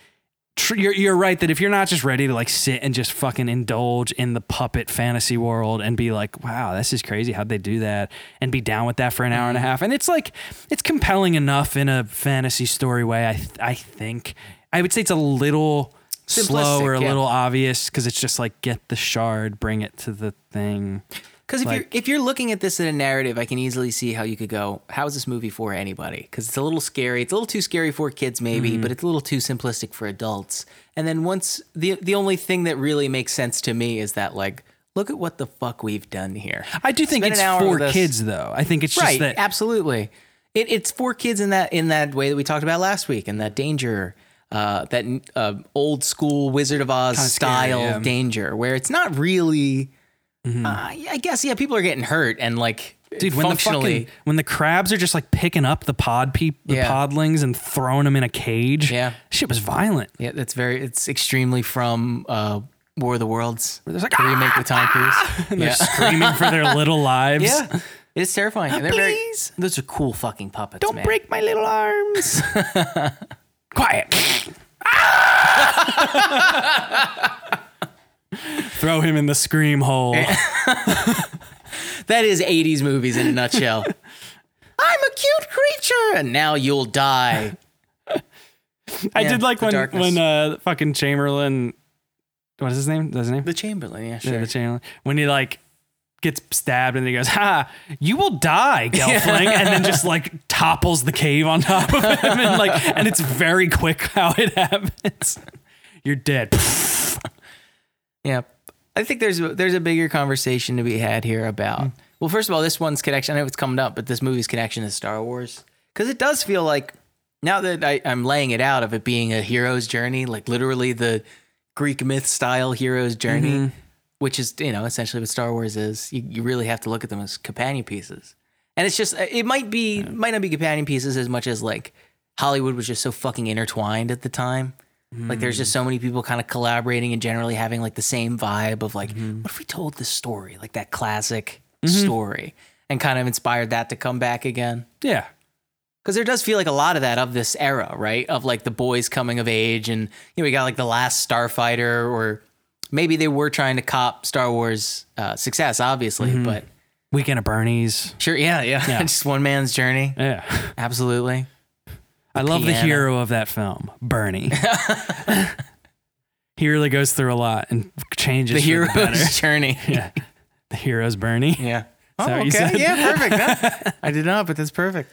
S2: tr- you're you're right that if you're not just ready to like sit and just fucking indulge in the puppet fantasy world and be like, wow, this is crazy, how'd they do that, and be down with that for an hour
S1: Mm.
S2: and a half, and it's like it's compelling enough in a fantasy story way. I th- I think I would say it's a little. Slow
S1: Simplistic,
S2: or a
S1: yeah.
S2: little obvious because it's just like get the shard, bring it to the thing.
S1: Because if
S2: Like-
S1: you're if you're looking at this in a narrative, I can easily see how you could go, how is this movie for anybody? Because it's a little scary. It's a little too scary for kids, maybe,
S2: Mm-hmm.
S1: but it's a little too simplistic for adults. And then once the the only thing that really makes sense to me is that like, look at what the fuck we've done here.
S2: I do think
S1: Spend
S2: it's
S1: an hour
S2: for
S1: with us.
S2: kids though. I think it's just
S1: right,
S2: that
S1: absolutely. It, it's for kids in that in that way that we talked about last week, and that danger, uh, that uh, old school Wizard of Oz
S2: scary,
S1: style
S2: yeah. Mm-hmm.
S1: danger, where it's not really. Uh, I guess yeah, people are getting hurt and like
S2: Dude, when the
S1: functionally.
S2: fucking when the crabs are just like picking up the pod peep, the
S1: Yeah.
S2: podlings, and throwing them in a cage.
S1: Yeah.
S2: shit was violent.
S1: yeah, that's very. It's extremely from uh, War of the Worlds.
S2: There's like "Ah!"
S1: The remake with Tom Cruise.
S2: <laughs> and they're screaming for their little lives.
S1: yeah, it's terrifying. And they're
S2: Ah, Please.
S1: very. Those are cool fucking puppets.
S2: don't
S1: man.
S2: break my
S1: <laughs>
S2: little arms. Quiet.
S1: Ah!
S2: <laughs> Throw him in the scream hole.
S1: That is 80s movies in a <laughs> nutshell. I'm a cute creature, and now you'll die.
S2: I
S1: Yeah,
S2: did like
S1: the
S2: when
S1: darkness.
S2: when uh, fucking Chamberlain. What is his name? Is that his
S1: <laughs>
S2: name?
S1: The Chamberlain, yeah,
S2: Yeah,
S1: sure.
S2: the channel. When he like gets stabbed and he goes, "Ha, you
S1: <laughs>
S2: will die, Gelfling," and then just like topples the cave on top of him, and like, and it's very quick how it <laughs> happens. You're dead.
S1: Yeah. I think there's a, there's a bigger conversation to be had here about. Well, first of all, this one's connection. I know it's coming up, but this movie's connection to Star Wars because it does feel like now that I, I'm laying it out of it being a hero's journey, like literally the Greek myth style hero's journey, which is you know essentially what Star Wars is. You, you really have to look at them as companion pieces, and it's just it might be might not be companion pieces as much as like Hollywood was just so fucking intertwined at the time. Like there's just so many people kind of collaborating and generally having like the same vibe of like, what if we told this story, like that classic story, and kind of inspired that to come back again?
S2: yeah,
S1: Because there does feel like a lot of that of this era, right? Of like the boys coming of age, and you know we got like the last Starfighter, or maybe they were trying to cop Star Wars uh, success, obviously, but
S2: weekend at Bernie's.
S1: sure, yeah, yeah, <laughs>
S2: Yeah.
S1: just one man's journey,
S2: Yeah,
S1: absolutely.
S2: I love the
S1: piano.
S2: hero of that film, Bernie. <laughs> he really goes through a lot and changes.
S1: The
S2: for
S1: hero's
S2: better.
S1: <laughs> journey,
S2: Yeah, the hero's Bernie.
S1: yeah.
S2: Is that
S1: Oh,
S2: what
S1: okay,
S2: you said?
S1: yeah, <laughs> perfect. No, I did not, but that's perfect.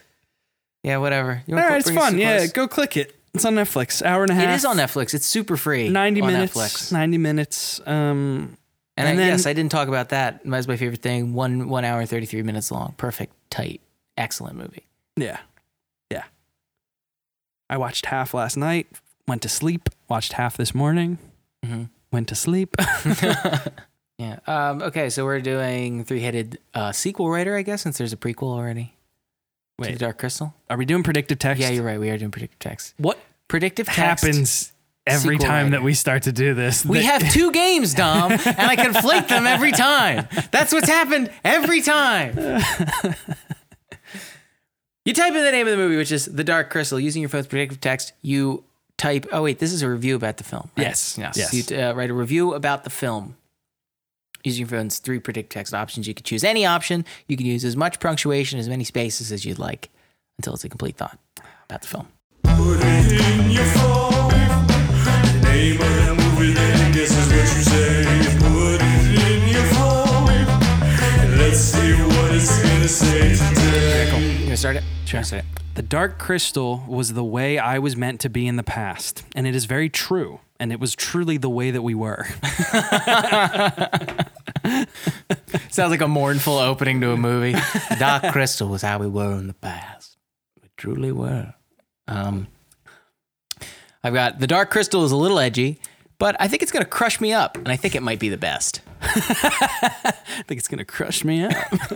S1: Yeah, whatever. You
S2: <laughs> All
S1: wanna
S2: right,
S1: qu-
S2: it's
S1: bring us
S2: fun.
S1: to
S2: Yeah,
S1: close?
S2: go click it. It's on Netflix. Hour and a half.
S1: it is on Netflix. It's super free.
S2: 90
S1: on
S2: minutes.
S1: Netflix.
S2: 90 minutes. Um,
S1: And,
S2: And
S1: I,
S2: then-
S1: yes, I didn't talk about that. That's my favorite thing. One one hour and thirty three minutes long. Perfect, tight, excellent movie.
S2: yeah. Yeah. I watched half last night, went to sleep, watched half this morning, went to sleep. <laughs>
S1: Mm-hmm. <laughs> Yeah. Um, okay, so we're doing three headed uh, sequel writer, I guess, since there's a prequel already. to
S2: Wait.
S1: The Dark Crystal?
S2: Are we doing predictive text?
S1: Yeah, you're right. We are doing predictive text.
S2: what
S1: Predictive text.
S2: happens every
S1: Sequel
S2: time that
S1: writer.
S2: we start to do this?
S1: We
S2: That- <laughs>
S1: have two games, Dom, and I conflate them every time. That's what's happened every time. You type in the name of the movie, which is The Dark Crystal, using your phone's predictive text. You type, oh, wait, this is a review about the film. right?
S2: Yes,
S1: Yes.
S2: yes.
S1: You uh, write a review about the film. Using your phone's three predictive text options, you can choose any option. You can use as much punctuation, as many spaces as you'd like until it's a complete thought about the film.
S3: Put it in your phone. The name of that movie, then guess is what you say. Put it in your phone. And let's see what it's gonna say today.
S1: You want to start it?
S2: Sure. The Dark Crystal was the way I was meant to be in the past, and it is very true. And it was truly the way that we were. <laughs>
S1: Sounds like a mournful opening to a movie. <laughs> Dark Crystal was how we were in the past. We truly were. Um, I've got The Dark Crystal is a little edgy, but I think it's going to crush me up, and I think it might be the best.
S2: I think it's gonna crush me up. <laughs>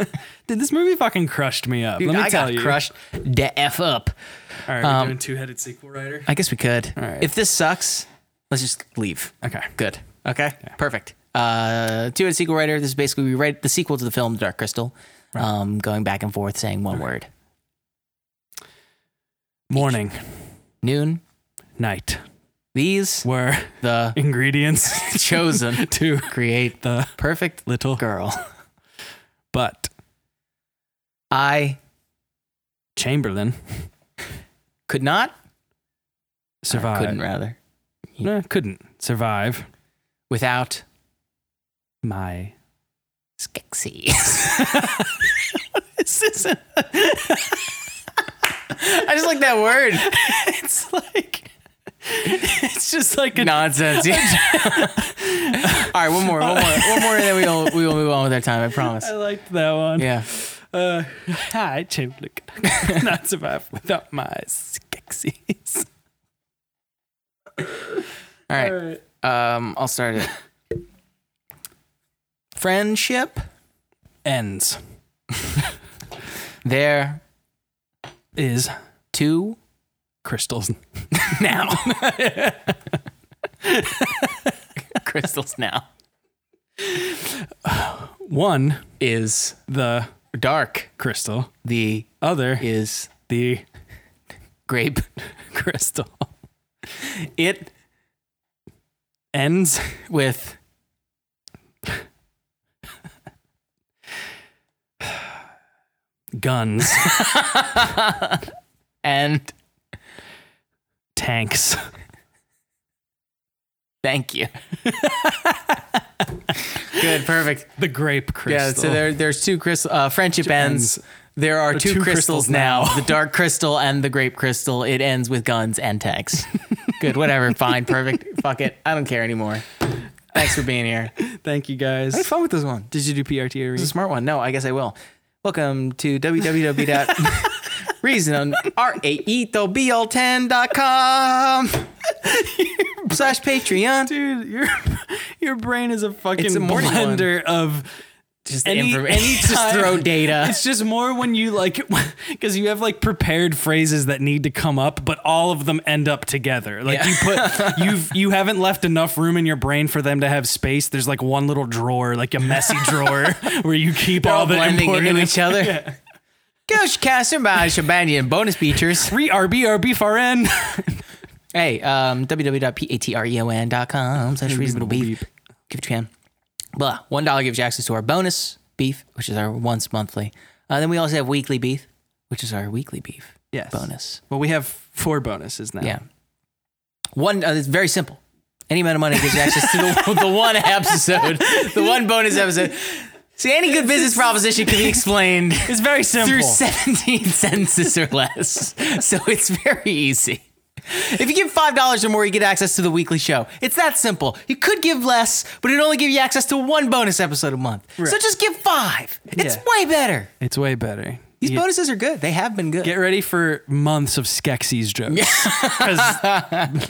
S2: Dude, this movie fucking crushed me up. Let me
S1: I
S2: tell
S1: got
S2: you.
S1: crushed Um, the F up.
S2: All right, we're doing two-headed sequel writer.
S1: I guess we could.
S2: All right.
S1: If this sucks, let's just leave.
S2: Okay.
S1: Good. Okay. Perfect. Uh, two and sequel writer. This is basically we write the sequel to the film Dark Crystal, um, going back and forth saying one word.
S2: Morning,
S1: Noon.
S2: night
S1: These
S2: were <laughs>
S1: the
S2: ingredients <laughs>
S1: chosen
S2: to
S1: create the
S2: the
S1: perfect
S2: little
S1: girl.
S2: butt.
S1: I
S2: Chamberlain
S1: could not
S2: survived.
S1: couldn't rather
S2: No, couldn't survive
S1: without
S2: my
S1: Skeksis. <laughs> this isn't. I just like that word.
S2: <laughs> It's like it's just like a
S1: Nonsense. <laughs> All right, one more, one more, one more, and then we'll we will move on with our time. I promise.
S2: I liked that one.
S1: Yeah.
S2: Uh, hi, Chamberlain. <laughs> Not survive without my Skeksis.
S1: All right. Um, I'll start it. Friendship.
S2: Ends
S1: There
S2: is
S1: two
S2: crystals.
S1: now. Crystals now
S2: One,
S1: is
S2: the
S1: dark.
S2: crystal.
S1: The
S2: Other,
S1: is
S2: the
S1: grape.
S2: <laughs> crystal.
S1: It
S2: Ends
S1: with
S2: guns, <laughs>
S1: and
S2: tanks.
S1: thank you. <laughs> Good, perfect.
S2: The grape crystal.
S1: Yeah, so there, there's two crystal uh, friendship ends.
S2: ends.
S1: There are two,
S2: two
S1: crystals,
S2: crystals
S1: now:
S2: now.
S1: <laughs> the dark crystal and the grape crystal. It ends with guns and <laughs> tanks. Good, whatever. Fine, perfect. Fuck it. I don't care anymore. Thanks for being here.
S2: Thank you guys.
S1: I had fun with this one.
S2: Did you do
S1: <laughs>
S2: PRT
S1: It's a smart one. No, I guess I will. Welcome to E <laughs> www.reasonraeetobl10.com slash Patreon.
S2: Dude, your your brain is a fucking
S1: It's a morning one.
S2: blender of
S1: Just
S2: Any-
S1: <laughs> information. Just
S2: anytime-
S1: throw data.
S2: It's just more when you like, <laughs> because you have like prepared phrases that need to come up, but all of them end up together. Like you put, you've you haven't left enough room in your brain for them to have space. There's like one little drawer, like a messy
S1: <laughs>
S2: drawer where you keep all,
S1: all
S2: the
S1: blending
S2: important
S1: into each other.
S2: Yeah.
S1: Gosh, Caster, my Shabanian bonus features.
S2: Re RB RB far in.
S1: Hey, um, www.patreon.com slash reasonable beef.
S2: beef.
S1: Give it a chance. Blah. One dollar gives you access to our bonus beef, which is our once monthly. Uh, then we also have weekly beef, which is our weekly beef
S2: Yes.
S1: bonus.
S2: Well, we have four bonuses now.
S1: Yeah. One, uh, it's very simple. Any amount of money gives you access to <laughs> the, the one episode, the one bonus episode. See, any good business proposition can be explained
S2: It's very
S1: through
S2: simple.
S1: 17 <laughs> sentences or less. So it's very easy. If you give $5 or more, you get access to the weekly show. It's that simple. You could give less, but it'd only give you access to one bonus episode a month. So just give five. It's
S2: Yeah.
S1: way better.
S2: It's way better.
S1: These bonuses are good. They have been good.
S2: Get ready for months of Skeksis jokes. <laughs> 'Cause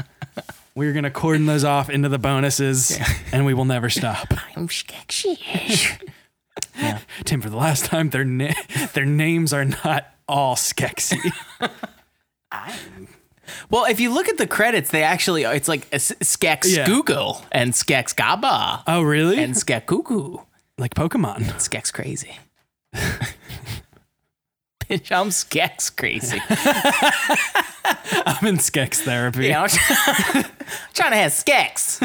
S2: we're going to cordon those off into the bonuses and we will never <laughs> stop.
S1: I'm sketchy.
S2: Tim, for the last time, their, na- their names are not all Skeksy.
S1: <laughs> Well, if you look at the credits, they actually it's like S- Skex
S2: Yeah.
S1: Google and Skex Gaba
S2: oh, really?
S1: and Skex Cuckoo.
S2: like Pokemon.
S1: Skex crazy. <laughs> Bitch, I'm Skex crazy.
S2: I'm in Skeks
S1: <laughs>
S2: therapy.
S1: You know, I'm trying to have Skex.